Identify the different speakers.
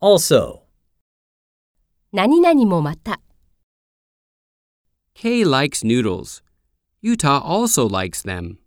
Speaker 1: Also,
Speaker 2: 何々もまた
Speaker 3: Kay likes noodles. Utah also likes them.